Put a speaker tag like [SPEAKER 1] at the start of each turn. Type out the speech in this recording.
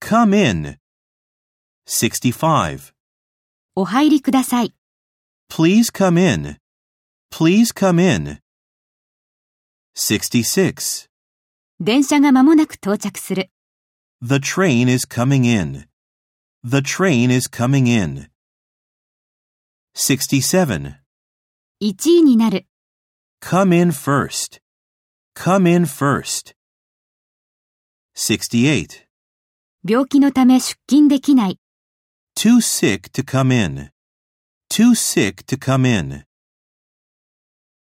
[SPEAKER 1] Come in. 65.
[SPEAKER 2] お入りください。
[SPEAKER 1] Please come in. Please come in. 66.
[SPEAKER 2] 電車が間もなく到着する。
[SPEAKER 1] The train is coming in. The train is coming in. 67.
[SPEAKER 2] 1位になる。
[SPEAKER 1] Come in first. Come in first. 68.
[SPEAKER 2] 病気のため出勤できない。
[SPEAKER 1] Too sick to come in. Too sick to come in.